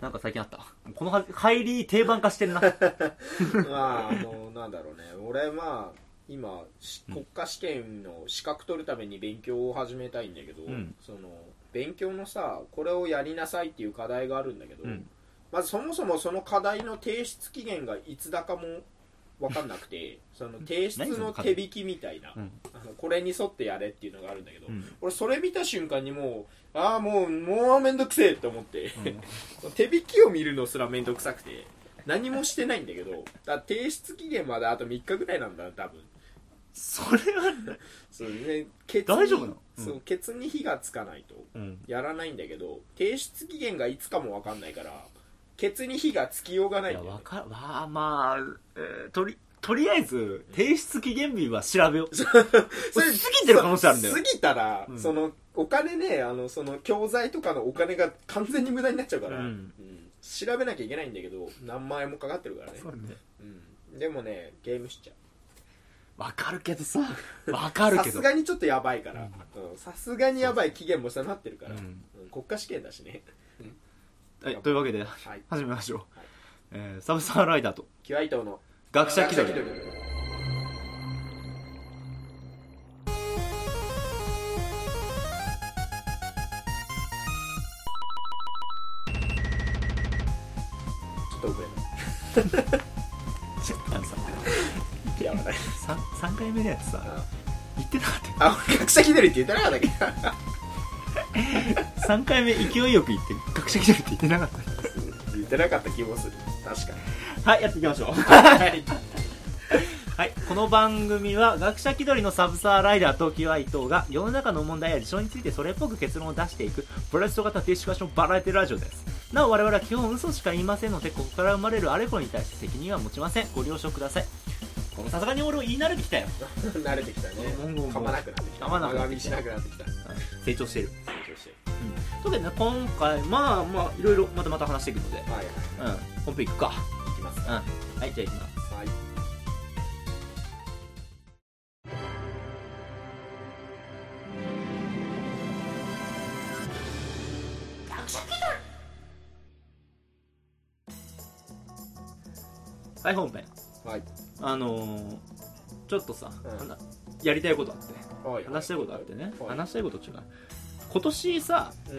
なんか最近あったこのは 入り定番化してんな まああのなんだろうね俺まあ今し国家試験の資格取るために勉強を始めたいんだけど、うんその勉強のさこれをやりなさいっていう課題があるんだけど、うんまずそもそもその課題の提出期限がいつだかも分かんな くてその提出何そのの課手題引きみたいな、うんあのこれに沿ってやれっていうのがあるんだけど、うん俺それ見た瞬間にもうああもうもうめんどくせえって思って、 手引きを見るのすらめんどくさくて何もしてないんだけどだ提出期限まであと3日ぐらいなんだ多分それはそうねケツに大丈夫なのうんそうケツに火がつかないとうんやらないんだけど提出期限がいつかも分かんないからケツに火がつきようがないいんやだよわねかわあまあ、えーとりとりあえず提出期限日は調 べようそれ過ぎてる可能性あるんだよそう過ぎたら、うんそのお金ねあのその教材とかのお金が完全に無駄になっちゃうから、うんうん調べなきゃいけないんだけど何万円もかかってるからね、うねうん、でもねゲームしちゃうわかるけどさわかるさけすどがにちょっとやばいからうんさすがにやばい期限も下なってるから、うんうん国家試験だしねはいというわけではい始めましょう、はいえーサブサーライダーとキュアイ島の学者気取り学者気取りちょっと遅れあのさたやばない 3, 三回目のやつさ言ってなかったあ俺学者気取りって言ってなかったっけ3回目勢いよく言って学者気取りって言ってなかっ言ってなかった気もする確かたはいやっていきましょうにはい はい、この番組は学者気取りのサブサーライダー東京愛等が世の中の問題や事象についてそれっぽく結論を出していくプレスト型ディスカッションバラエティラジオですなお我々は基本嘘しか言いませんのでここから生まれるあれこれに対して責任は持ちませんご了承くださいこのさすがに俺を言い慣れてきたよ慣れてきたね文言も噛まなくなってきた噛まなくな長ってみきしたなくなってきた成長してる成長してというわけでね今回まあまあいろいろまたまた話していくのではいうん本編いくか行きますうんはいじゃあいきますはいはい本編はいあのー、ちょっとさ、うんあんなやりたいことあってはい話したいことあってね、はい話したいことっていうか今年さう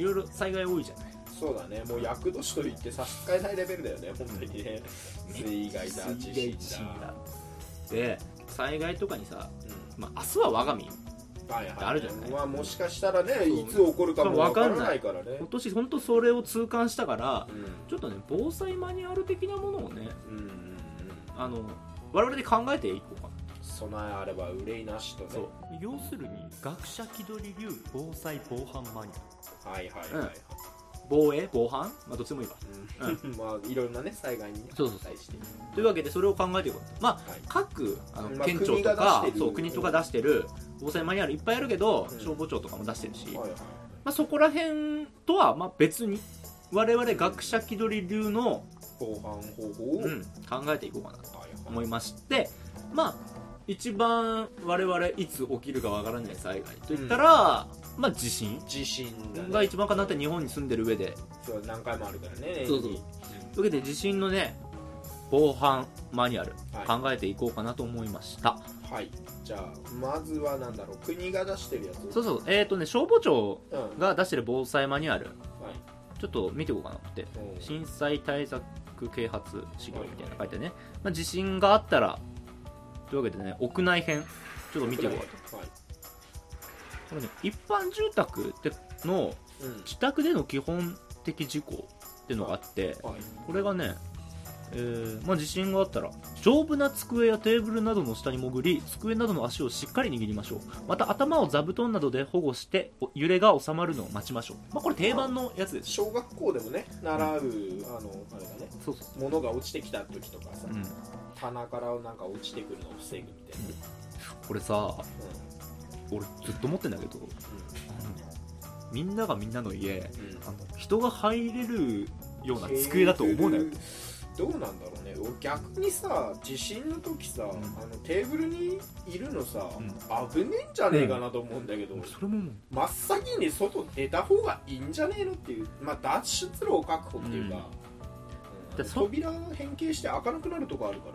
んいろいろ災害多いじゃないそうだねもう厄年といって差し支えないレベルだよね本当にね水害だ地震だで災害とかにさ、うんまあ、明日は我が身はいはいあるじゃないまあもしかしたらねそういつ起こるかもわからないからね今年本当それを痛感したからうんちょっとね防災マニュアル的なものをねうんうんうんあの我々で考えていこうかな備えあれば憂いなしとねそう要するに学者気取り流防災防犯マニュアルはいはいはいはい防衛防犯まあどっちでもいいわうんまあいろんなね災害にねそうそうそう対してというわけでそれを考えていこうまあはい各あのまあ県庁と国がか出してるそう国とか出してる防災マニュアルいっぱいあるけど、うん消防庁とかも出してるし、はいはいまあ、そこら辺とはまあ別に我々学者気取り流の、防犯方法をうん考えていこうかなとはい思いましてまあ一番我々いつ起きるかわからない災害といったら、まあ地震地震が一番かなって日本に住んでる上でそう何回もあるからねそうそうというわけで地震のね防犯マニュアルは考えていこうかなと思いました、い、はい、じゃあまずはなんだろう国が出してるやつそうそうえっ、とね消防庁うんはいが出してる防災マニュアルちょっと見ていこうかなって震災対策啓発資料みたいなの書いてね、まあ、地震があったらというわけでね屋内編ちょっと見ていこうかうはいこれね一般住宅でのうん自宅での基本的事項っていうのがあってはいこれがね、えーまあ、地震があったら丈夫な机やテーブルなどの下に潜り机などの足をしっかり握りましょうまた頭を座布団などで保護してお揺れが収まるのを待ちましょう、まあ、これ定番のやつです小学校でもね習う、あのあれだねそうそう物が落ちてきた時とかさ、うん、棚からなんか落ちてくるのを防ぐみたいなね、これさうん俺ずっと思ってんだけどあのねみんながみんなの家うんあの人が入れるような机だと思うなようんどうなんだろうね俺逆にさ地震の時さ、あのテーブルにいるのさ、ん危ねえんじゃねえかなと思うんだけど、それももう真っ先に外出た方がいいんじゃねえのっていう、まあ、脱出路を確保っていうか、でうんそ扉変形して開かなくなるとこあるか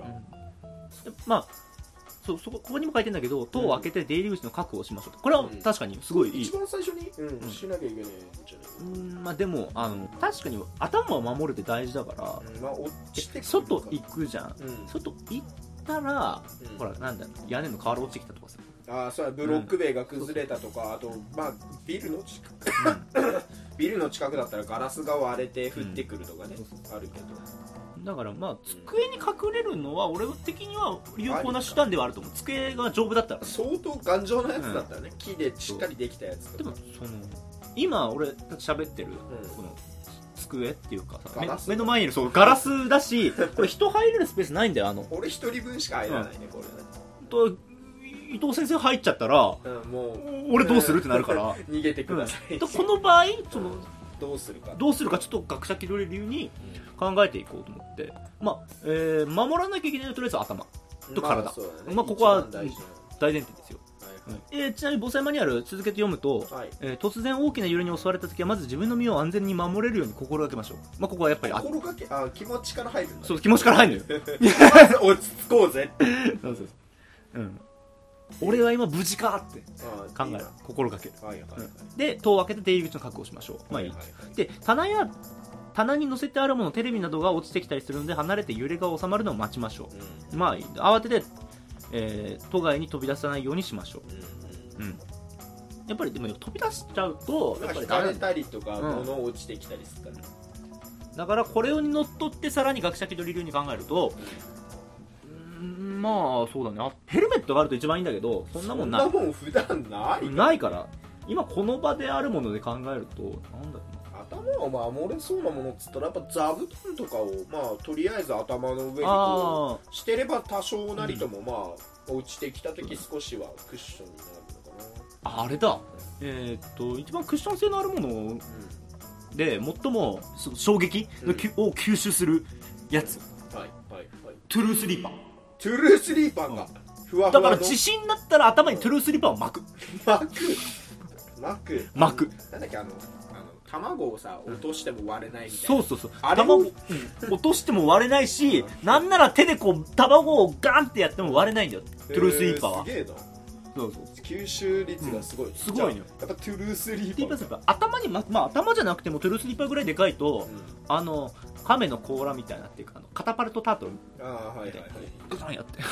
ら、でまあそうそこここにも書いてんだけど塔を開けて出入り口の確保をしましょうとこれは確かにすごいいい一、番最初に、うんうんしなきゃいけないんじゃなうーんまあ、でもあの確かに頭を守るって大事だからい、うんまあ落ちてくえる外か行くじゃんうん、外行ったらうんほらなんだろう屋根の瓦落ちてきたとかさ、ああそうだブロック塀が崩れたとか、あとまあビルの近く ビルの近くだったらガラスが割れて降ってくるとかね、あるけどだからまあ机に隠れるのは俺的には有効な手段ではあると思う机が丈夫だったら相当頑丈なやつだったらね、木でしっかりできたやつでともかその今俺たち喋ってるんこの机っていうかさガラス目目の前にいるそうガラスだしこれ人入れるスペースないんだよあの俺一人分しか入らないね、これねと伊藤先生入っちゃったらうん、もう俺どうするってなるから 逃げてください、とこの場合そのどうするかどうするかちょっと学者気取り流に考えていこうと思って、まあえー守らなきゃいけないのはとりあえず頭と体まあそうだねまあここは一番大事な大前提ですよ、はいはいえーちなみに防災マニュアル続けて読むと、はいえー突然大きな揺れに襲われた時はまず自分の身を安全に守れるように心がけましょう、まあ、ここはやっぱりあ心がけあ気持ちから入るんだそう気持ちから入るのよまず 落ち着こうぜってそうそうそううん俺は今無事かって 考考える心がける、はいはいはい、うんで戸を開けて出入り口の確保をしましょうまあいい、はいはいはいで棚や棚に載せてあるものテレビなどが落ちてきたりするので離れて揺れが収まるのを待ちましょううまあいい慌てて、えー都外に飛び出さないようにしましょんうんう、うん、やっぱりでも飛び出しちゃうとうんやっぱ引りかダメれたりとか、うん物落ちてきたりするから、だからこれを乗っ取ってさらに学者気取り流に考えるとうーんまあそうだねあヘルメットがあると一番いいんだけどそんなもんないそんなもん普段ない、ないから今この場であるもので考えるとなんだろ頭を守れそうなものっつったらやっぱ座布団とかをまあとりあえず頭の上にうなこああうしてれば多少なりともまあ、落ちてきた時少しはクッションになるのかあれだえーっと一番クッション性のあるものな、うんで最もそ衝撃のきゅを吸収するやつはいはいはいトゥルースリーパートゥルースリーパーがふわふだわかのら地震だったら頭にトゥルースリーパーを巻く巻く巻く巻くなんだっけあのあの卵をさ落としても割れないみたいな、そうそうそうあれも卵うん落としても割れないしなんなら手でこう卵をガンってやっても割れないんだよトゥルースリーパーはえすげえなそうそう吸収率がすごい、すごいねじゃあやっぱトゥルースリトゥルースリーーパーパースリーパー頭にままあ頭じゃなくてもトゥルースリーパーぐらいでかいとうんあの亀の甲羅みたいなっていうかあのカタパルトタートルああはいはいはグサンやってい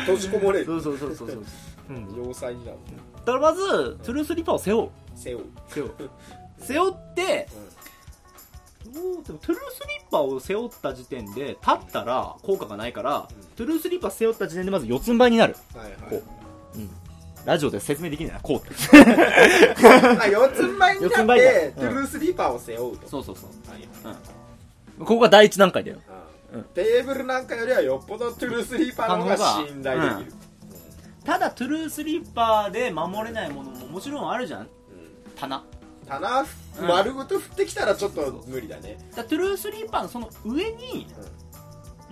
閉じこもれる そうそうそうそうそううんだ要塞になるからまずトゥルースリーパーを背負う背負う、背負う背負っておーでもトゥルースリッパを背負った時点で立ったら効果がないから、うんトゥルースリッパ背負った時点でまず四つん這いになる、うん、はいこラジオで説明できないなこうってはい四つん這い四つんに這ないっになてるトゥルースリーパーを背負うとそうそうそうはいはいここが第一段階だようんテーブルなんかよりはよっぽどトゥルースリーパーの方が信頼できる、ただトゥルースリッパで守れないものももちろんあるじゃんうん棚棚うん丸ごと降ってきたらちょっと無理だね、だトゥルースリッパのその上に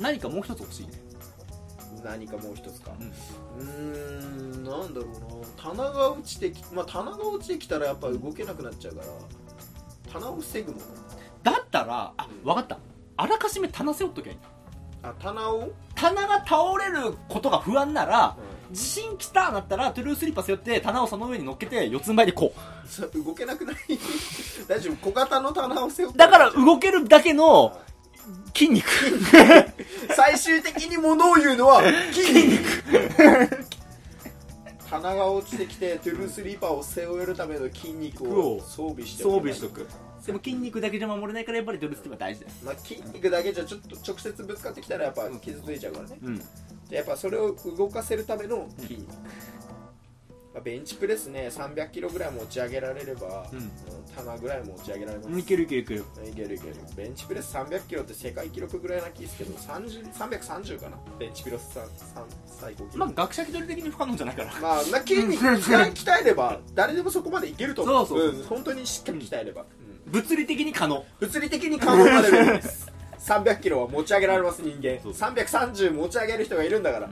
何かもう一つ欲しいね何かもう一つかうんうーんなんだろうな棚が落ちてきまあ棚が落ちてきたらやっぱ動けなくなっちゃうから棚を防ぐものだったらあ分かったあらかじめ棚背負っときゃいいあ棚を、棚が倒れることが不安なら地震来たなったらトゥルースリッパ背負って棚をその上に乗っけて四つん這いでこうそ動けなくない 大丈夫小型の棚を背負ってだから動けるだけの筋肉。最終的に物を言うのは筋 肉棚が落ちてきてトゥルースリーパーを背負えるための筋肉をを装備して装備しとく、でも筋肉だけじゃ守れないからやっぱりドルスティは大事だよ。まあ、筋肉だけじゃちょっと直接ぶつかってきたらやっぱ傷ついちゃうからねうん。じゃあやっぱそれを動かせるための筋肉、まあ、ベンチプレスね3 0 0キロぐらい持ち上げられれば、うん棚ぐらい持ち上げられます、いけるいけるいける。いけるいけるベンチプレス3 0 0キロって世界記録ぐらいな気ですけど30 330かなベンチプレスさんさん最高記録まあ学者気取り的に不可能じゃないから。まあ、な筋肉鍛え鍛えれば誰でもそこまでいけると思うそうそうそうん本当にしっかり鍛えれば、うん物理的に可能。物理的に可能なレベルです300キロは持ち上げられます人間そう330持ち上げる人がいるんだから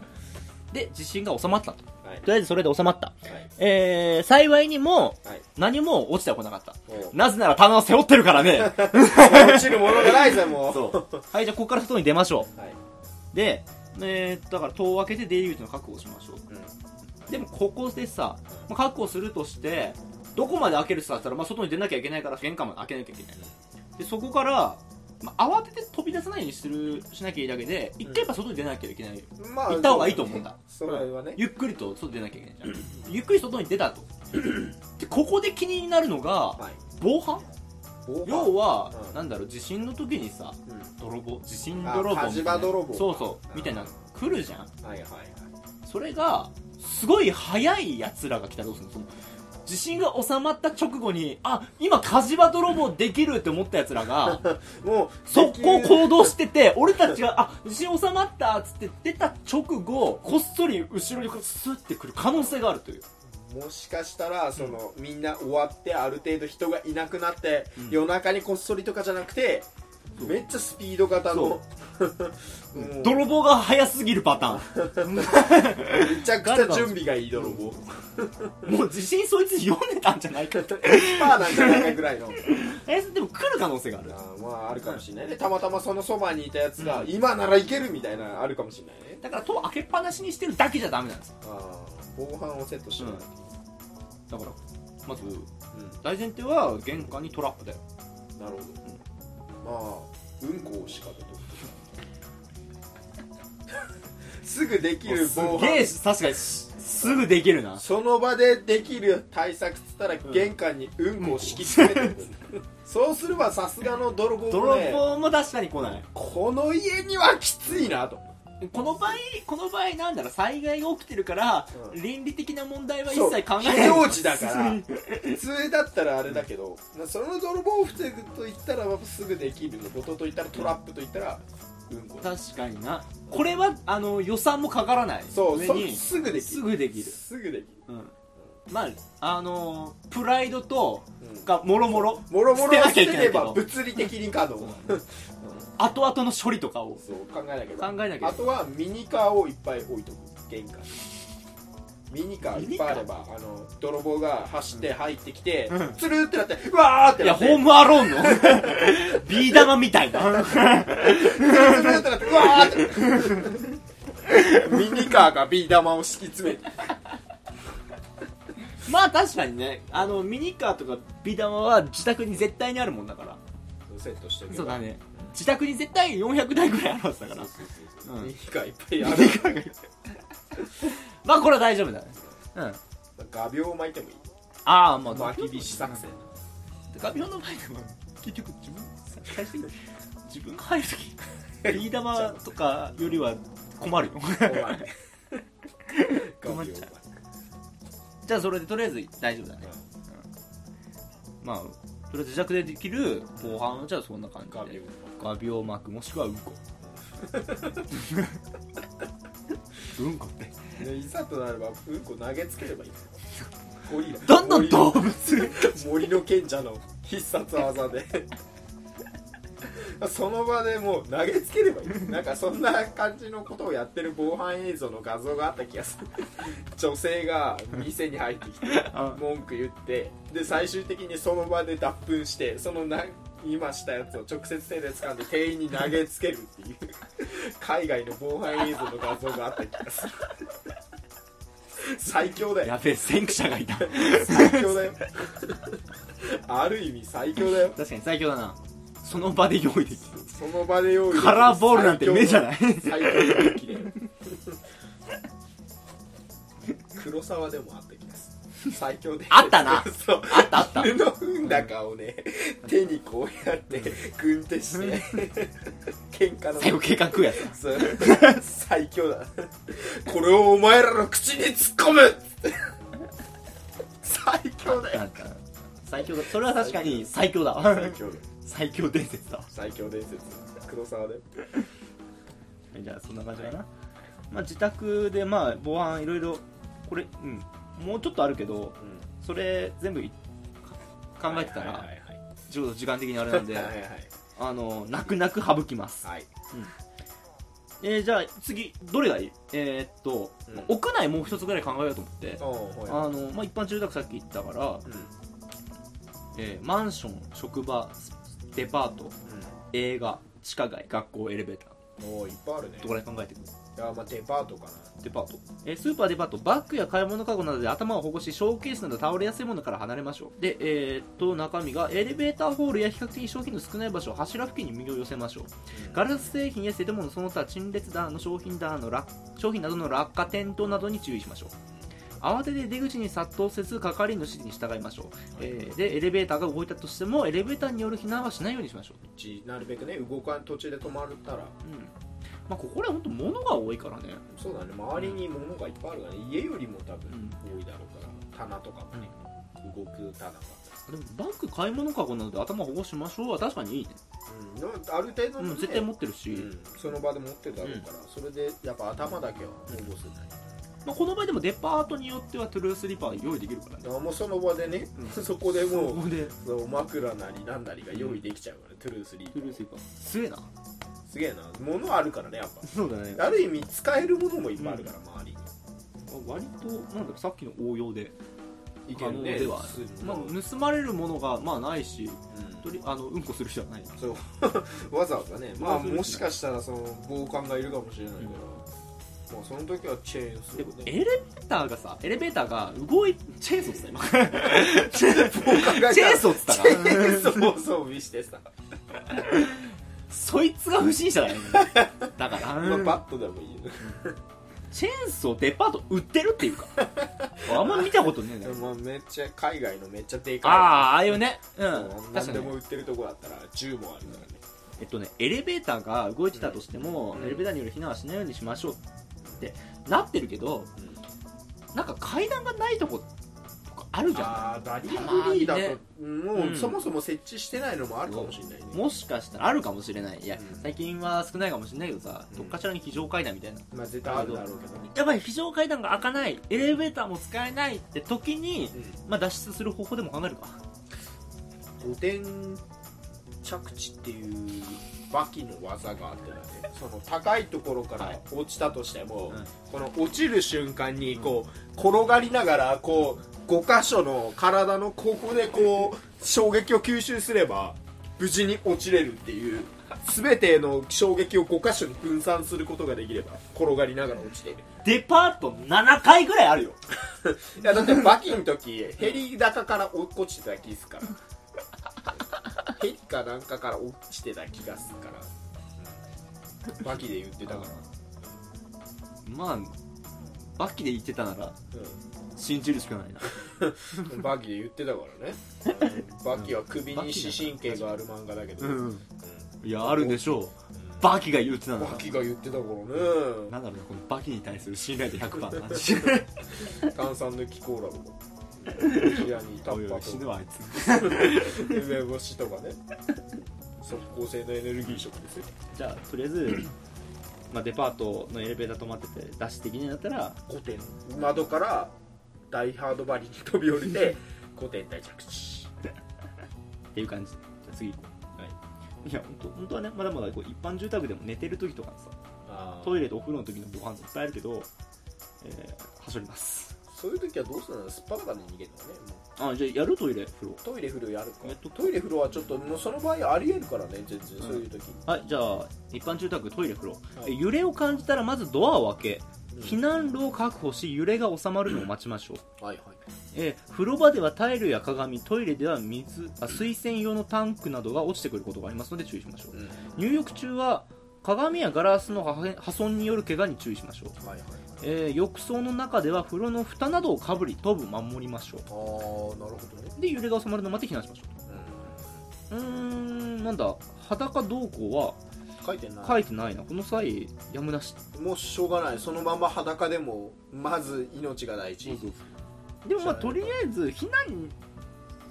で地震が収まったとはいとりあえずそれで収まった、はいえー、幸いにもはい何も落ちてはこなかったもなぜなら棚を背負ってる からねう落ちるものがないぜもう そうはいじゃあここから外に出ましょはいうでえー、だから戸を開けて出入り口の確保をしましょうでもここでさ、まあ、確保するとしてどこまで開けるって言ったら、まあ、外に出なきゃいけないから玄関まで開けなきゃいけないでそこから、まあ、慌てて飛び出さないようにするしなきゃいいだけで一回やっぱ外に出なきゃいけない、うんまあ行った方がいいと思うんだそれはねゆっくりと外に出なきゃいけないじゃんゆっくり外に出たとでここで気になるのがはい防犯防犯要は、うんなんだろう地震の時にさうん泥棒地震泥棒みたいなあ火事場泥棒そうそううんみたいなの来るじゃんはいはいはいそれがすごい早いやつらが来たらどうするのその地震が収まった直後にあ今火事場泥棒できるって思ったやつらが もう速攻できる行動してて俺たちがあ地震収まったっつって出た直後こっそり後ろにこうスッてくる可能性があるというもしかしたらその、みんな終わってある程度人がいなくなって、うん夜中にこっそりとかじゃなくてそうめっちゃスピード型の もう泥棒が早すぎるパタめちゃくちゃ準備がいい泥棒ーンもう地震そいつ読んでたんじゃないかパーなんじゃないかぐ らいのえでも来る可能性があるあーまああるかもしれないねたまたまそのそばにいたやつが、今ならいけるみたいなのあるかもしれないねだから戸を開けっぱなしにしてるだけじゃダメなんですあー防犯をセットしない、だからまずうん大前提は玄関にトラップだよなるほど、まあうんこを仕掛けと くすぐできる防すげ犯え確かにしすぐできるなその場でできる対策っつったらん玄関にうんこを敷き詰めておく、そうすればさすがの泥棒も泥ね棒も確かに来ないこの家にはきついなとこの場合この場合なんだろう災害が起きてるから、うん倫理的な問題は一そう切考えない非常時だから普通だったらあれだけど、まあその泥棒を防ぐと言ったらまあすぐできるのことと言ったらトラップと言ったらうんこ 確かになこれはあの予算もかからないそう上そにすぐできするぐできる、すぐできるうん、まああのプライドとうんがもろもろもろも捨ろてな捨きゃていけないけれどば物理的に可能そううん後々の処理とかをそう考えなきゃいけ考なえなきいゃいけないあとはミニカーをいっぱい置いとく玄関にミニカーいっぱいあればあの泥棒が走って入ってきて、うんつるってなってうわーっていなやってホームアローン のビー玉みたいなつるってなってうわーってミニカーがビー玉を敷き詰めてまあ確かにねあのミニカーとかビー玉は自宅に絶対にあるもんだからセットしておけばそうだね自宅に絶対400台ぐらいあるはずだからうんミニカーいっぱいあるまあこれは大丈夫だねうん画鋲を巻いてもいいああまあ巻き火し作戦ガビオの前でも結局自分最初に自分が入るときビー玉とかよりは 困るよ怖い画鋲を困っ巻いちてゃじゃあそれでとりあえず大丈夫だねまあとりあえず自宅でできる後半はじゃあそんな感画じ鋲でを画鋲膜もしくはうんこうんこってねいざとなればうんこ投げつければいいゴリラどんどんゴリラ動物森の賢者の必殺技で その場でもう投げつければいいなんかそんな感じのことをやってる防犯映像の画像があった気がする女性が店に入って きて文句言ってで最終的にその場で脱粉してそのな今したやつを直接手で掴んで店員に投げつけるっていう海外の防犯映像の画像があった気がする 最強だよやべえ先駆者がいた最強だよある意味最強だよ確かに最強だなその場で用意できるその場で用意できるカラーボールなんて目じゃない最強の最強の武器だよ黒沢でもあった気がする最強であったな そうあったあった布の踏んだかをね手にこうやって軍手して 喧嘩の最後警官食うやつそう 最強だこれをお前らの口に突っ込む 最強だよなんか最強だそれは確かに最強だわ最強だよ最強伝説だわ最強伝説黒沢でじゃあそんな感じかな、まあ、自宅でまあ防犯いろいろこれうんもうちょっとあるけどそれ全部い考えてたはいはらいはいちょうど時間的にあれなんではいはいあの泣く泣く省きます、はいえーじゃあ次どれがいいえーっと、うんまあ屋内もう一つぐらい考えようと思っておうはあの、まあ、一般住宅さっき言ったからい、うんえーマンション職場デパート映画地下街学校エレベーターうん、おーいっぱいあるねどこら辺考えてくるあまあデパートかなデパート、えースーパーデパートバッグや買い物カゴなどで頭を保護しショーケースなど倒れやすいものから離れましょうでえーっと中身がエレベーターホールや比較的商品の少ない場所柱付近に身を寄せましょうガラス製品や建物その他陳列棚の商品棚の落商品などの落下転倒などに注意しましょう慌てて出口に殺到せず係員の指示に従いましょう、えーでエレベーターが動いたとしてもエレベーターによる避難はしないようにしましょう、うちなるべくね動かん途中で止まったらうんまあ、ここら本当物が多いからね、そうだね周りに物がいっぱいあるからね家よりも多分多いだろうから棚とかもね、動く棚が、でもバッグ買い物カゴなので頭保護しましょうは確かにいいね、うんの、ある程度うの、ねん、絶対持ってるし、うんその場で持ってるだろうから、それでやっぱ頭だけは保護せないまあ、この場合でもデパートによってはトゥルースリーパー用意できるからねあもうその場でね、うんそこでもこうこでそう枕なりなんなりが用意できちゃうから、トゥルースリトゥルーースリーパーすげえなすげえな物あるからねやっそうだねぱある意味使えるものもいっぱいあるから、周り割となんだろうさっきの応用でにい可能ではあするる、まうあ、盗まれるものがまあないしんとりあのうんこする人はないそうわざわざねまあわざわざもしかしたらその防寒がいるかもしれないから、まあ、その時はチェーンすでるもエねレベーターがさエレベーターが動いチェーンソーっつった今 チェチェーンソーっつったチェなーンソーを装備してさ、そいつが不審者だよねだから、まあ、バットでもいいよねチェーンソーデパート売ってるって いうかあんま見たことねえなでもまあめっちゃ海外のめっちゃであかいあああいうねうんそう確何かでにもね売ってるとこだったら銃もあるからねえっとねエレベーターが動いてたとしても、うんエレベーターによる避難はしないようにしましょうってなってるけどなんか階段がないとことかあるじゃんああダリたまフにリねーだともううんそもそも設置してないのもあるかもしれないねもしかしたらあるかもしれないいや、うん最近は少ないかもしれないけどさ、うんどっかしらに非常階段みたいなまあ絶対あるだろうけどねやばい非常階段が開かないエレベーターも使えないって時に、まあ、脱出する方法でも考えるか五点着地っていうバキの技があってだねその高いところから落ちたとしても、うんこの落ちる瞬間にこう転がりながらこう5箇所の体のここでこう衝撃を吸収すれば無事に落ちれるっていう全ての衝撃を5箇所に分散することができれば転がりながら落ちているデパート7階ぐらいあるよいやだってバキの時ヘリ高から落っこちてた気っすからヘリかなんかから落ちてた気がするからバキで言ってたから、まあバッキで言ってたなら信じるしかないなうん、バキで言ってたからね、うんバキは首に視神経がある漫画だけど、うんんいやあるでしょうバキが言ってたなバらキが言ってたからなんだろうねこのバキに対する信頼度100%な感じね炭酸抜きコーラとかこちらにタおいッパおい死ーぬとわあいつ梅干しとかね即効性のエネルギー食ですよじゃあとりあえず、まあ、デパートのエレベーター止まってて脱出できないんだったら5点窓から大ハードバリに飛び降り て5点大着地っていう感じじゃあ次行こうはいいや本当本当はねまだまだこう一般住宅でも寝てる時とかさトイレとお風呂の時のご飯いっぱいあるけど、えー、はしょりますそういう時はどうするのすっぱだかで逃げるのねもあじゃあやるトイレ風呂うトイレ風呂やるかえっとトイレ風呂はちょっともうその場合ありえるからね全然そういう時、はいじゃあ一般住宅トイレ風呂、はいえ揺れを感じたらまずドアを開けうん避難路を確保し揺れが収まるのを待ちましょう、はいはいえー風呂場ではタイルや鏡トイレでは水あ水洗用のタンクなどが落ちてくることがありますので注意しましょううん入浴中は鏡やガラスの破片破損による怪我に注意しましょう、はいはいはいえー浴槽の中では風呂の蓋などをかぶり頭部守りましょああなるほどねうで揺れが収まるのを待って避難しましょううーんなんだ裸同行うん書いてはな、い書いてないなこの際やむなしもうしょうがないそのまま裸でもまず命が大事、うんでもまあとりあえず避難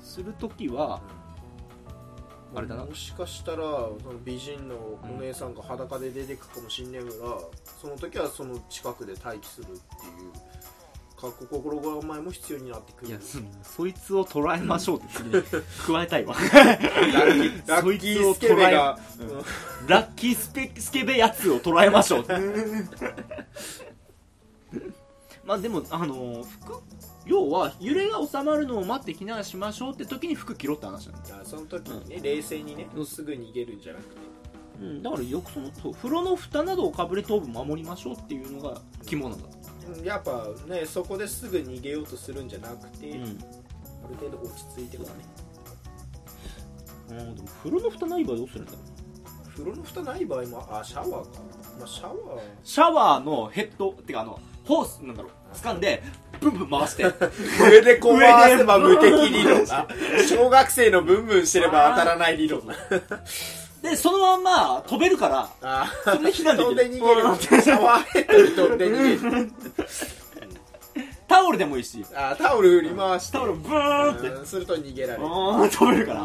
するときはあれだなもしかしたらその美人のお姉さんが裸で出てくかもしんねえから、その時はその近くで待機するっていう過去心構えも必要になってくいるやそそいつを捉えましょうって次に 加えたいわラッキーラそッいキつーをスケベが捉えラッキースペスケベやつを捉えまし ょうまあでもあの服要は揺れが収まるのを待って避難しましょうって時に服着ろって話なんだよあその時にね冷静にねうんすぐ逃げるんじゃなくてうん、だからよくそのそう風呂の蓋などをかぶれ頭部守りましょうっていうのが肝なんだ、うんやっぱねそこですぐ逃げようとするんじゃなくて、ある程度落ち着いてからねうん、でも風呂の蓋ない場合どうするんだろう風呂の蓋ない場合もあシャワーか、まあ、シャワーシャワーのヘッドってかあのホースなんだろう掴んでブンブン回 して上でこう回せば上無で敵理論な小学生のブンブンしてれば当たらない理論なでそのまんま飛べるからあそれで避難でき飛るんで逃げるシャワーヘッドに飛んで逃げるタオルでもいいしあタオル振り回してタオルブーンってうんすると逃げらうれるーん飛べるから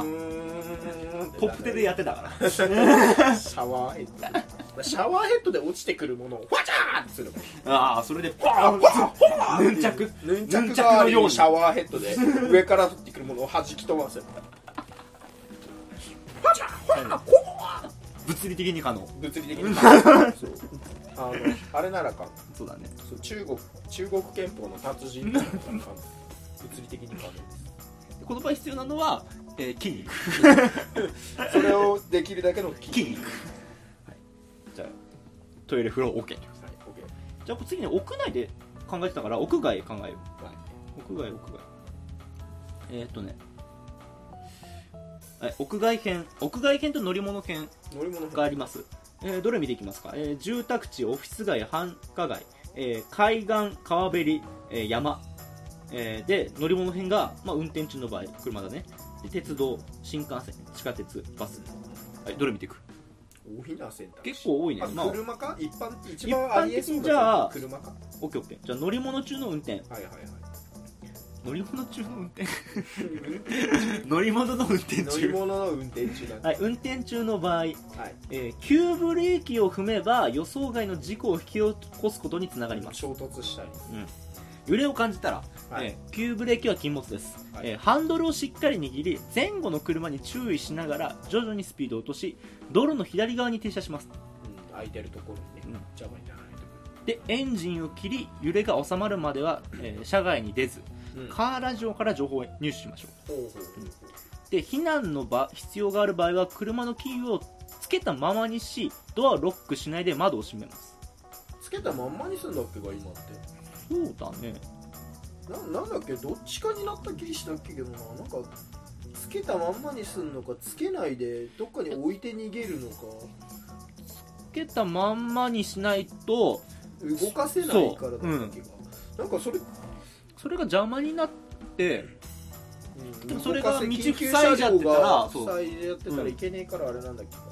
ポポップ手でやってたからシャワーヘッドシャワーヘッドで落ちてくるものをファチャーってするもんああそれでバーンバーンヌンチャクヌンチャクヌン代わりようににシャワーヘッドで上から降ってくるものを弾き飛ばせるファチャーファーほ物理的に可能物 理的にそうあのあれならかそうだねそう中国中国憲法の達人ならか物理的に可能でこの場合必要なのは、えー筋肉ですそれをできるだけの機筋肉じゃあトイレ風呂 OK はい OK じゃあ次に屋内で考えてたから屋外考えよはいう屋外屋外えー、っとねえ屋外編屋外編と乗り物編乗り物があります、えーどれ見ていきますか、えー住宅地オフィス街繁華街、えー海岸川べり、えー山、えーで乗り物編が、まあ、運転中の場合車だねで鉄道新幹線地下鉄バスはいどれ見ていく多いな選択肢結構多いねあまあ車か一般一番ありえそ一般的うなにじゃあ車か OKOK じゃあ乗り物中の運転はいはいはい乗り物中の運転 乗り物の運転乗り中物の運転中なんではい運転中の場合、はいえー急ブレーキを踏めば予想外の事故を引き起こすことにつながります衝突したり揺れを感じたら、はいえー急ブレーキは禁物です、はいえーハンドルをしっかり握り前後の車に注意しながら徐々にスピードを落とし道路の左側に停車しますうん空いてるところにうんね邪魔にならないとこでエンジンを切り揺れが収まるまでは、えー車外に出ずろうんカーラジオから情報を入手しましょうほうほうほうほうで避難の場必要がある場合は車のキーをつけたままにしドアをロックしないで窓を閉めますつけたまんまにすんだっけか今ってそうだねななんだっけどっちかになったきりしたっけけどななんかつけたまんまにすんのかつけないでどっかに置いて逃げるのかつけたまんまにしないと動かせないからだっけそか、ううんなんかそれ、それが邪魔になってうんでもそれが道緊急塞いじゃってたら車両が塞いじゃってたそうらうんいけねえからあれなんだっけか、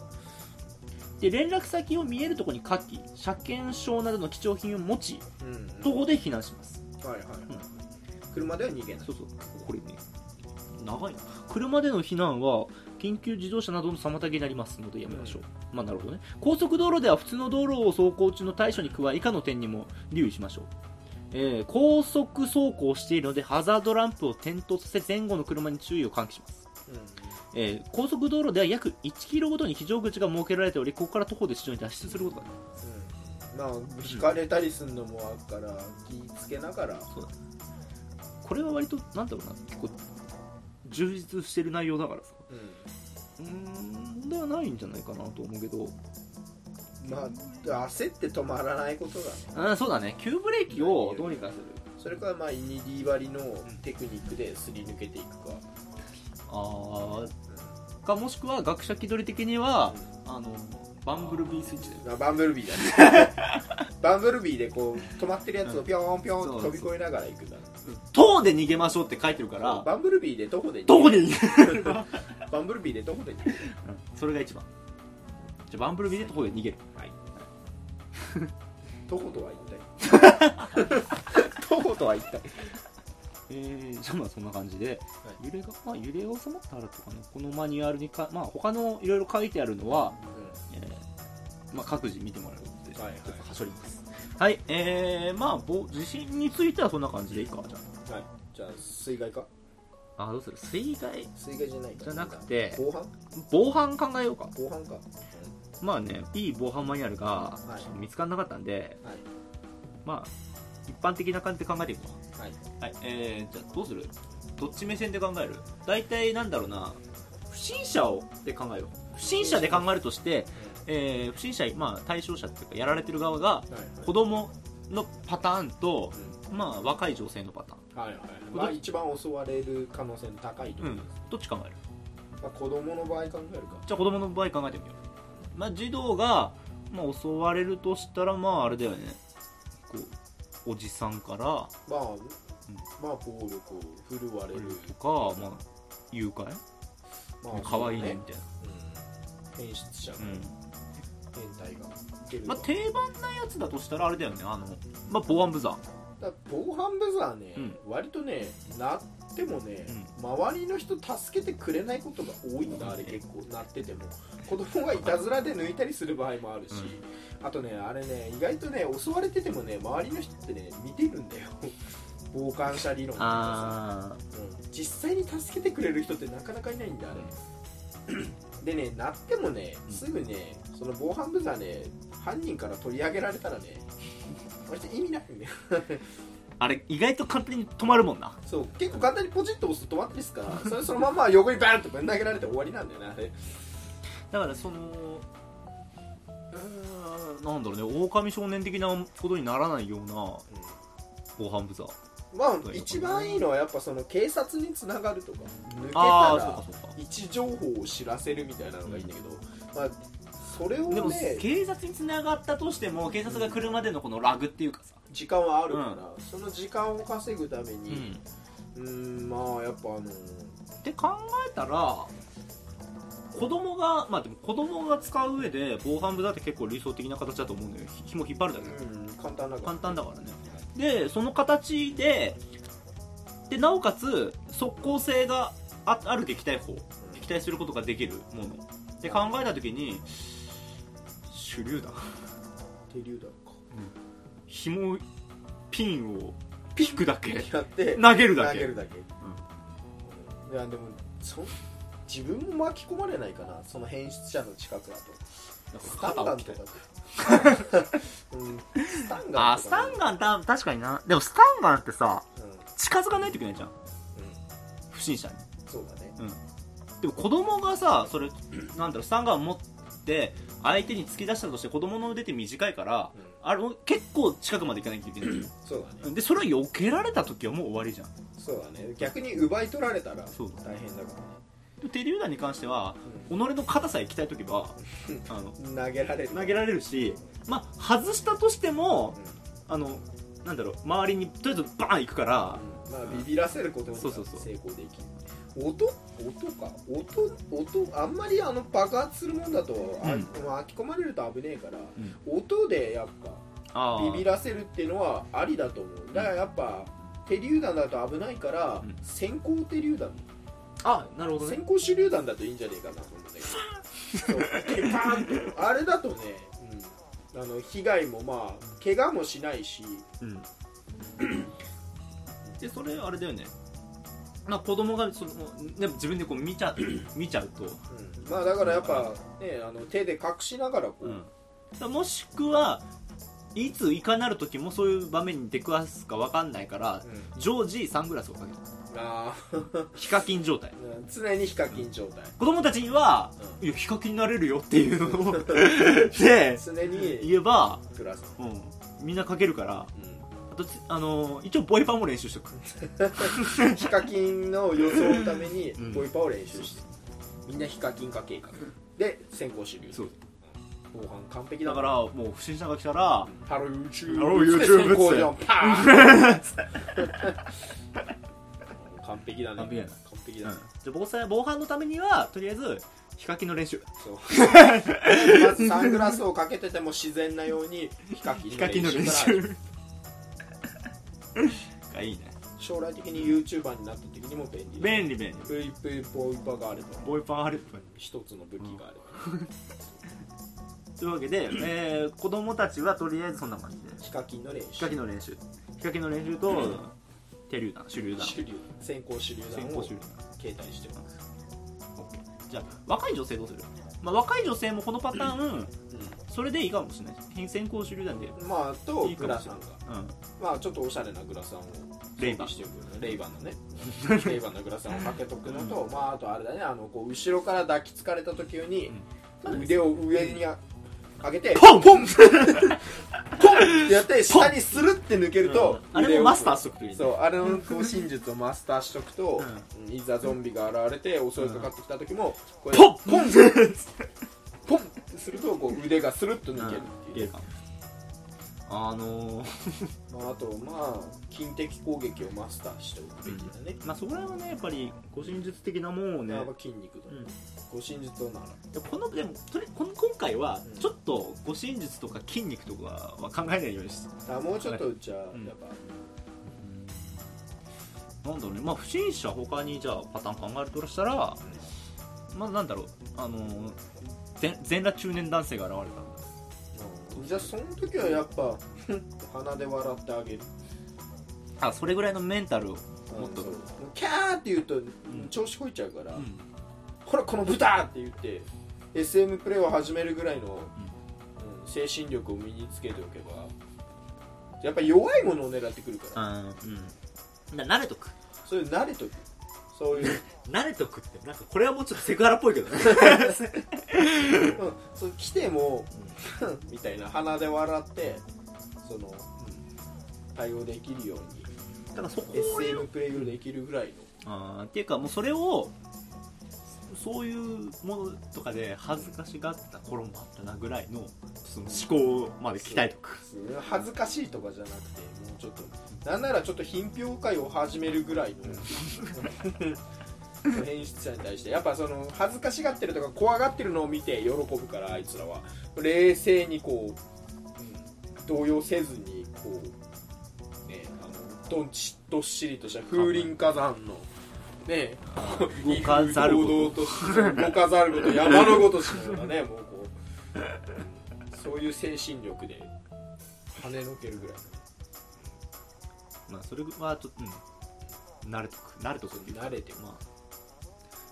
で連絡先を見えるところに書き車検証などの貴重品を持ちうん徒歩で避難しますはいはいはい、車では逃げないそうそうこれね長いな車での避難は緊急自動車などの妨げになりますのでやめましょう、まあなるほどね高速道路では普通の道路を走行中の対処に加え以下の点にも留意しましょう、えー高速走行しているのでハザードランプを点灯させ前後の車に注意を喚起しますうえー高速道路では約1キロごとに非常口が設けられておりここから徒歩で市場に脱出することができますん、うん、まあ引かれたりすんのもあっから気ぃつけながらこれは割となんだろうな結構充実してる内容だからさううーんではないんじゃないかなと思うけどんまあ焦って止まらないことだねあそうだね急ブレーキをどうにかするそれからまあイニディ割りのテクニックですり抜けていくか、あーかもしくは学者気取り的にはあのバンブルビースイッチだようんあバンブルビーだ、 ね、バンブルビーでこう止まってるやつをピョーンピョーンと飛び越えながら行くんだ塔で逃げましょうって書いてるからバンブルビーで徒歩でどこでで逃げる バンブルビーで徒歩で逃げるそれが一番じゃあバンブルビーで塔で逃げるはい徒歩とは一体 徒歩とは一体えー、じゃあまあそんな感じで、揺れが、まあ、揺れが収まったらとかね、このマニュアルにか、まあ、他のいろいろ書いてあるのは、えーまあ、各自見てもらうことでです、はいはいちょっとはしょりますはいえー、まあぼ地震についてはそんな感じでいいかじゃはいじゃあ水害かああどうする水害水害じゃないかじゃなくて後半防犯考えようか後半かまあねいい防犯マニュアルがはいちょっと見つからなかったんで、はいまあ一般的な感じで考えていこうはいはいえー、じゃあどうするどっち目線で考える大体なんだろうな不審者をで考えよう不審者で考えるとして、えー不審者、まあ、対象者っていうかやられてる側がはい子供のパターンと、うまあ、若い女性のパターンんはいはいまあ一番襲われる可能性の高いとうころんです、どっち考えるまあ、子供の場合考えるかじゃあ子供の場合考えてみよう、まあ、児童が、まあ、襲われるとしたらまああれだよねこうおじさんからまあ、まあ暴力を振るわれる、とか、まあ、誘拐まあ可愛いねそうみたいうん変質者が、な、変態が出うるんわまあ、定番なやつだとしたらあれだよねあの、まあ、防犯ブザーだから防犯ブザーね、うん割とねなってもね、周りの人助けてくれないことが多いんだあれ結構なってても子供がいたずらで抜いたりする場合もあるし、あとねあれね意外とね襲われててもね周りの人ってね見てるんだよ 傍観者理論とかあさ、うん実際に助けてくれる人ってなかなかいないんだあれ でね鳴ってもねうんすぐねその防犯ブザーね犯人から取り上げられたら ね割と意味ないんだよあれ意外と簡単に止まるもんなそう結構簡単にポチッと押すと止まってで すからそれそのまま横にバーンとぶん投げられて終わりなんだよねあれだからそのうーんなんだろうね狼少年的なことにならないような防犯ブザーまあ一番いいのはやっぱその警察につながるとか抜けたああらそうかそうか位置情報を知らせるみたいなのがいいんだけど、まあ、それをでもね警察につながったとしても警察が来るまでのこのラグっていうかさ、時間はあるから、その時間を稼ぐためっにうーんまあやっぱあのて考えたら子供がまあでも子供が使う上で防犯ブザーって結構理想的な形だと思うんだよひ紐引っ張るだけ、うん簡単だから簡単だからねでその形ででなおかつ即効性があある撃退法うん撃退することができるもので考えた時に手榴弾手榴弾か紐ピンをピくだけやっ て投げるだ投けげるだけ、いやでもそ自分も巻き込まれないかなその変質者の近くだとなんかスタン肩ガをン切とっかたりうんスタンガンとかあスタンガンた確かになでもスタンガンってさうん、うん、近づかないといけないじゃん不審者にそうだねでも子供がさそれなんだろうスタンガン持って相手に突き出したとして子供の腕って短いからうんあれ結構近くまで行かなきゃいけないそうだねでそれを避けられた時はもう終わりじゃんそうだね逆に奪い取られたらそうだ大変だかで手榴弾に関しては己らの肩さえ鍛えとけばあのね、投げられる投げられるし、まあ、外したとしてもあのなんだろう周りにとりあえずバーン行くからうんまあビビらせることにはそうそうそう成功できる音音か音音あんまりあの爆発するもんだと、あうん巻き込まれると危ねえから、う音でやっぱあビビらせるっていうのはありだと思うだからやっぱ手榴弾だと危ないから、うん先行手榴弾あなるほどね先行手榴弾だといいんじゃねえかなと思うんだけどそう一気にパーンとあれだとね、うんあの被害もまあ怪我もしないしうんでそれあれだよねまあ子供がそのでも自分でこう見ちゃ 見ちゃうと、うんまあだからやっぱ、ね、あの手で隠しながらこう、だからもしくはいついかなる時もそういう場面に出くわすか分かんないからうん常時サングラスをかけるあヒカキン状態ー常にヒカキン状態、子供たちにはういやヒカキンになれるよっていうのを で常に言えば、クラス、うん、みんなかけるからうあとつあの一応ボイパも練習しとくん、ヒカキンの予想のため にうんボイパを練習して、みんなヒカキン化計画で先行手榴そう弾後半完璧だだかかららもう不審者が来たらハロー YouTube ハロー YouTube 先行じゃんパーン 完璧だね完璧だね完璧じだゃね、あ防災防犯のためにはとりあえずヒカキンの練習そうまずサングラスをかけてても自然なようにヒカキンヒカキンの練から習 がいいね将来的に YouTuber になった時にも便利だ便利便利プイプイボイパがあればボイパーある一つの武器があれば、というわけで、えー子供たちはとりあえずそんな感じでヒカキンの練ヒ習カキンの練習ヒカキンの練習と手榴弾手榴弾主流先行主流弾先行を手榴携弾帯してますじゃあ若い女性どうする、まあ、若い女性もこのパターン、それでいいかもしれない先行手榴弾でまあといいかグもラしサれンがうんまあちょっとおしゃれなグラサンをレイバンしておくよねレイバンのね レイバンのグラサンをかけとくのと、まああとあれだねあのこう後ろから抱きつかれた時に、腕を上にあ上げてポンポンポンってやって下にスルって抜けると、あれ腕もをマスターしとくといいねそうあれの こう真術をマスターしとくと、いざゾンビが現れて襲いかかってきた時もこうやってポン ポンってするとこう腕がスルッと抜けるっていいう、いかもあのー まあ、あとまあ筋的攻撃をマスターしておくべきだね、まあそこら辺はねやっぱり護身術的なもんをねやっぱ筋肉と、うん護身術を習ういやこのでもとりこの今回はうんちょっと護身術とか筋肉とかは考えないようにして、あもうちょっとじゃあ、うんやっぱなんだろうねまあ不審者他にじゃあパターン考えるとしたら、まあなんだろうあのー全全裸中年男性が現れたんだじゃあその時はやっぱ 鼻で笑ってあげるあそれぐらいのメンタルを持っとうくんそうキャーって言うとん調子こいちゃうから、うんほらこの豚って言って SM プレイを始めるぐらいの、うん精神力を身につけておけばやっぱ弱いものを狙ってくるから、あーうんな慣れとくそれ慣れとくそういう、慣れとくってなんかこれはもうちょっとセクハラっぽいけ どねうん、そう来てもみたいな鼻で笑ってその、うん対応できるようにだからそこを SM プレイをできるぐらいのあーっていうかもうそれをそういうものとかで恥ずかしがった頃もあったなぐらいのその思考まで鍛えとく恥ずかしいとかじゃなくてもうちょっとなんならちょっと品評会を始めるぐらいの演出者に対してやっぱその恥ずかしがってるとか怖がってるのを見て喜ぶからあいつらは冷静にこう、うん動揺せずにこうねあのどんちどっしりとした風林火山のね 動かざることと動かざること山のごとしのようなね もうこうそういう精神力で跳ねのけるぐらいまあそれはちょっと、うん、慣れとく慣れとくっていうか慣れて ままあ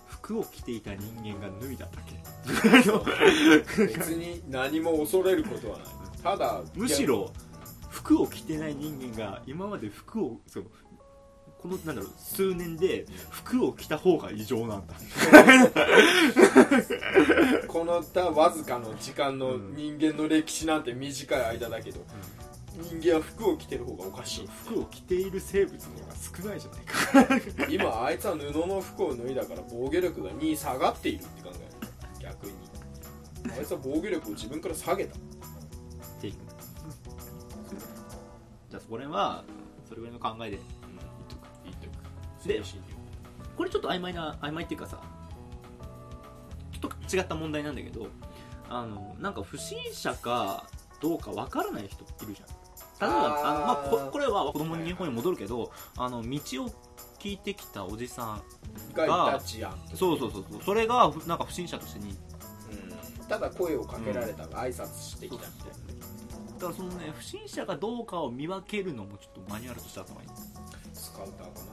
服を着ていた人間が脱いだだけ別に何も恐れることはないただむしろ服を着てない人間が今まで服をそうこのなんだろう数年で服を着た方が異常なんだいやこのたわずかの時間の人間の歴史なんて短い間だけど、人間は服を着てる方がおかしい服を着ている生物の方が少ないじゃないか今あいつは布の服を脱いだから防御力が2下がっているって考える逆にあいつは防御力を自分から下げたっていうじゃあそこら辺はそれぐらいの考えでいいというかで精神力これちょっと曖昧な曖昧っていうかさちょっと違った問題なんだけどあのなんか不審者かどうかわからない人いるじゃん例えばああーの、まあ、ここれは子供の日本に戻るけどあの道を聞いてきたおじさんがイタチアンそうそうそうそうそれがふなんか不審者としてにうんただ声をかけられたが挨拶してきたみたいなねだからそのね不審者かどうかを見分けるのもちょっとマニュアルとして頭にスカウターか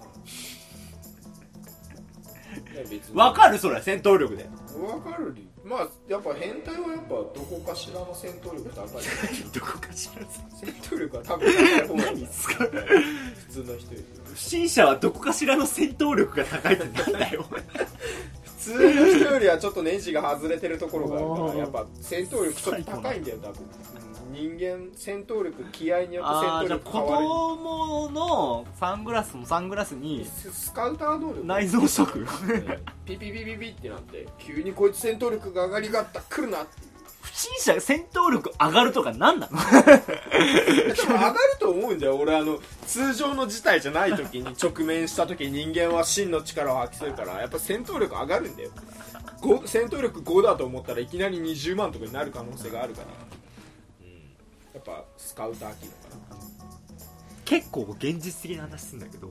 なね別にわかるそれ戦闘力でわかるりまあやっぱ変態はやっぱどこかしらの戦闘力高い どこかしらず戦闘力は多分高い方なん何だですか普通の人より不審者はどこかしらの戦闘力が高いってなんだよ普通の人よりはちょっとネジが外れてるところがあるからやっぱ戦闘力ちょっと高いんだよ多分人間戦闘力気合に よああってじゃ戦闘あ子力変わる供のサングラスもサングラスにスカウター能力内臓 食ピピピピピってなって急にこいつ戦闘力が上がりがった来るなって不審者戦闘力上がるとか何なの多分上がると思うんだよ俺あの通常の事態じゃない時に直面した時人間は真の力を発揮するからやっぱ戦闘力上がるんだよご戦闘力5だと思ったらいきなり20万とかになる可能性があるから、やっぱスカウター機能かな結構現実的な話すんだけど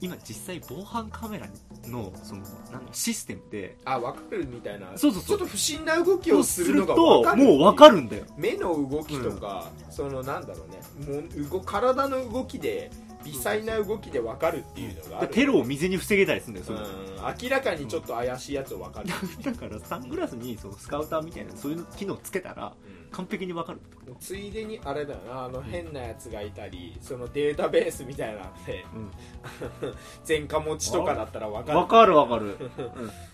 今実際防犯カメラにのそのなんだシステムであ分かるみたいなそうそうそうちょっと不審な動きそをうすするるのがと分かるもう分かるんだよ目の動きとか、そのなんだろうねもう動体の動きで微細な動きで分かるっていうのがある、テロを未然に防げたりするんだようそんれで明らかにちょっと怪しいやつを分かる、 だからサングラスにそのスカウターみたいなそういう機能つけたら完璧に分かるうんついでにあれだよなあの変なやつがいたりそのデータベースみたいなのでうん前科持ちとかだったら分かるわかるわかる、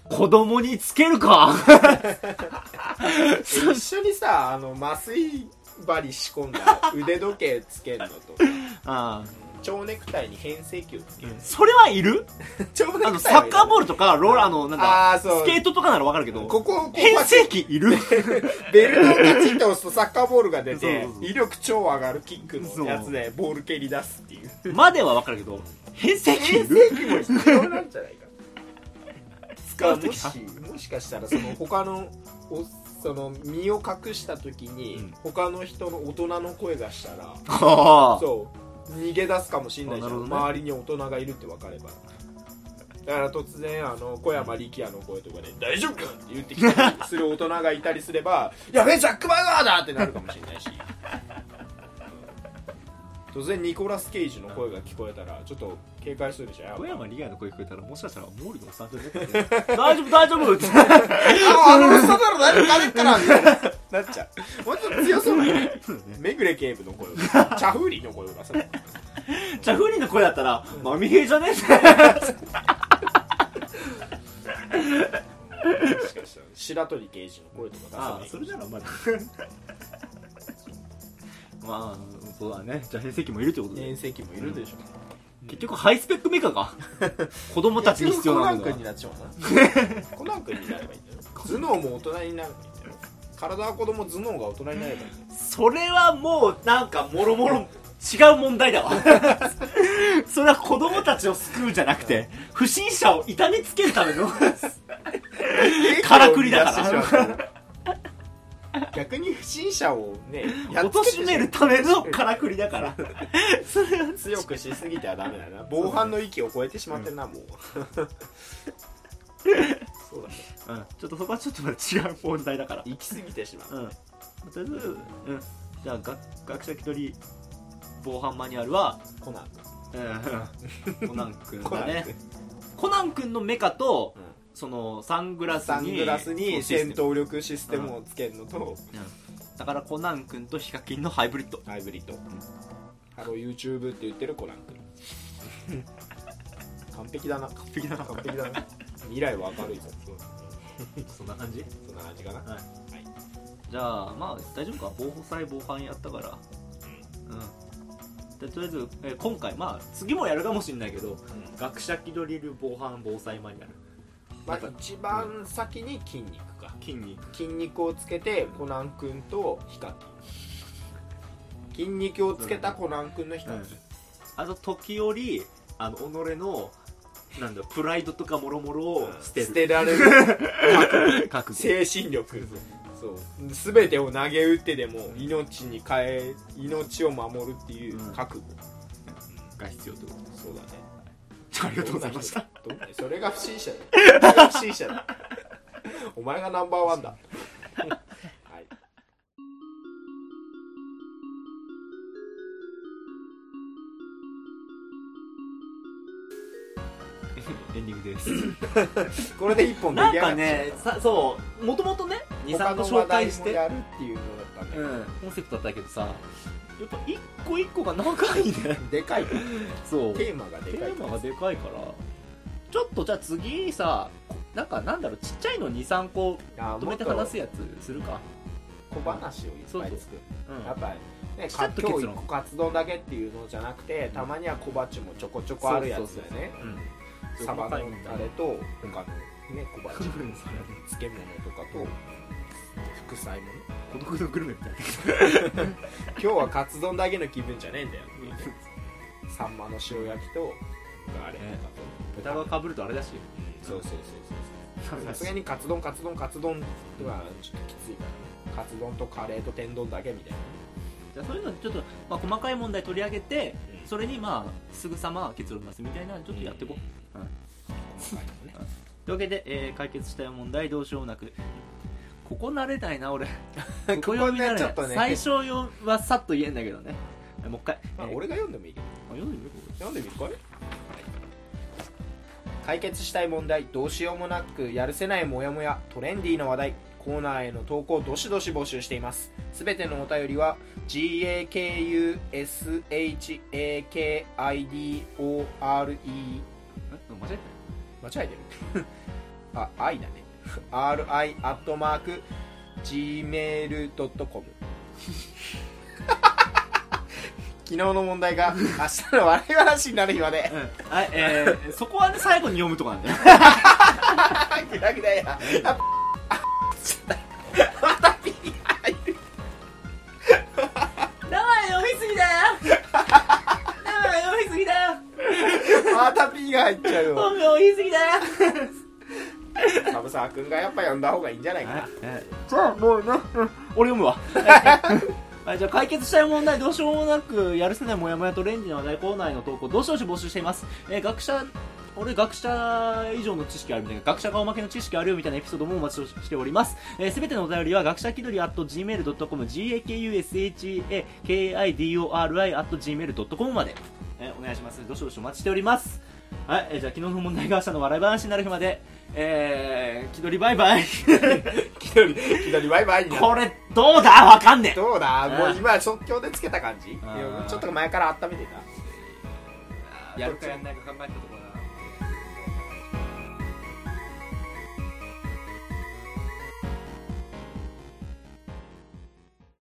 子供につけるかえ一緒にさあの麻酔針仕込 んだ腕時計つけるのとかああ蝶ネクタイに変声球つけるそれはいる蝶ネクタあイ のサッカーボールルとかローラーあのなんかあーそうスケートとかならわかるけどここここ変声機いるベルトをカチッと押すとサッカーボールが出てそうそうそう威力超上がるキックのやつでボール蹴り出すっていうまではわかるけど変声機変いる声器も必要なんじゃないか使うも時しはもしかしたらその他のおその身を隠した時うにん他の人の大人の声がしたらあーそう逃げ出すかもしれないじゃあん、なるほどね周りに大人がいるって分かればだから突然あの小山力也の声とかで「大丈夫か?」って言ってきたりする大人がいたりす れば「やべえジャック・バウアーだ!」ってなるかもしれないし突然ニコラス・ケイジの声が聞こえたらちょっと警戒するでしょやば小い山リアの声聞こえたらもしかしたら毛利のおっさんじゃねえかな大丈夫大丈 夫ってああのおっさんだろ誰か誰からみたい ななっちゃうもうちょっと強そうなねめぐれ警部の声をチャフーリーの声を出さないじゃあフリーの声だったら「マミヘイじゃねえ?」ってもしかしたら白鳥刑事の声とか出さあなあいそれなら まだまあそうだねじゃあ変声機もいるってことで遠征機もいるでしょ、結局ハイスペックメカが 子供たちに必要なのコナンが君になっちゃうなコナン君になればいいんだよ頭脳も大人になればいいんだよ体は子供頭脳が大人になればいいんだよそれはもうなんかもろもろ違う問題だ わそれは子供たちを救うんじゃなくて不審者を痛めつけるための からくりだから逆に不審者をねや貶っつけてしまうしめるためのからくりだ からそれは強くしすぎてはダメだな 防犯の域を超えてしまってるな もうそうだねうんちょっとそこはちょっとまだ違う問題だから行き過ぎてしまううんとりあえず、うん、じゃあ学学者気取り防犯マニュアルは、コナン うん、コナン君コナだンねコナン君のメカと、うんそのサングラスにサングラスにそうシステ戦ム闘力システムをつけるのとだからコナン君とヒカキンのハイブリッドハイブリッド、ハロー YouTube って言ってるコナン君 完璧だな完璧だな完璧だな未来は明るいぞそんな感じそんな感じかなじゃあまあ大丈夫か防腐災防犯やったからうんでとりあえず、えー今回まあ次もやるかもしれないけど学者気取りる防犯防災マニュアルまあ、一番先に筋肉か筋肉筋肉をつけてコナン君とヒカキン筋肉をつけたコナン君のヒカキン、あと時折あの己のなんだプライドとかもろもろを捨てる、られる覚悟精神力そう全てを投げ打ってでも命に変え命を守るっていう覚悟、が必要ってこそうだねとありがとうございましたどんな人それが不審者だそれが不審者だお前がナンバーワンだはいエンディングですこれで一本出来なん上がかっねさそうもともとね他23個の紹話題介しもてやるっていうのだったね、うん、コンセプトだったけどさやっぱ一個一個が長いねでかいそうテテーマがでかいーマがでかいからちょっとじゃあ次さこなんかなんだろうちっちゃいの23個あまとめて話すやつするか小話をいっぱい作るうんやっぱりねきちかっと今結日論一個カツ丼だけっていうのじゃなくてたまには小鉢もちょこちょこあるやつだよねそうそうそううんサバのあ細かいれと他のねう小鉢ん漬物とかと副菜もね孤独のグルメみたいな今日はカツ丼だけの気分じゃねえんだよサンマの塩焼きとあれとねか豚がかぶるとあれだしとそうそうそうそうさすがにカツ丼カツ丼カツ丼はちょっときついからねカツ丼とカレーと天丼だけみたいなじゃあそういうのちょっと、まあ、細かい問題取り上げてうんそれにまあすぐさま結論出すみたいなのちょっとやっていこう、細かいのというわけで、えー解決したい問題どうしようもなくここ慣れないな俺 ここ読み慣れないちょっとね最初よはさっと言えんだけどねえもう一回、まあえー俺が読んでもいいけどあ読んでみよう読んでみるかい解決したい問題どうしようもなくやるせないモヤモヤトレンディーな話題コーナーへの投稿どしどし募集していますすべてのお便りはえ間違え GAKUSHAKIDORE 間違たえ てるあ愛だね RI アットマーク Gmail.com 昨日の問題が明日の笑い話になる日まで うんはい、えー、そこはね、最後に読むとこなんだよ。グダグダや。あ、またピー入る。 名前読みすぎ だよ名前読みすぎだよまたピーが入っちゃうよ。名読みすぎ だよサブサー君がやっぱ呼んだ方がいいんじゃないかな。じゃあ、もうね、 俺読むわ。はい、じゃあ解決したい問題どうしようもなくやるせないモヤモヤとレンジの話題コーナーへの投稿どうしどし募集しています、えー学者俺学者以上の知識あるみたいな学者がおまけの知識あるよみたいなエピソードもお待ちしておりますすべ、えー全てのお便りは学者気取り at gmail.com gakushakidori at gmail.com まで、えーお願いしますどしどしお待ちしておりますはい、えーじゃあ昨日の問題が明日の笑い話になる日までえー、気取りバイバイ左、左バイバイになこる。れどうだわかんねえどうだもう今即興でつけた感じいあーやちょっと前から温めてた。やるかやんないか考えたところだ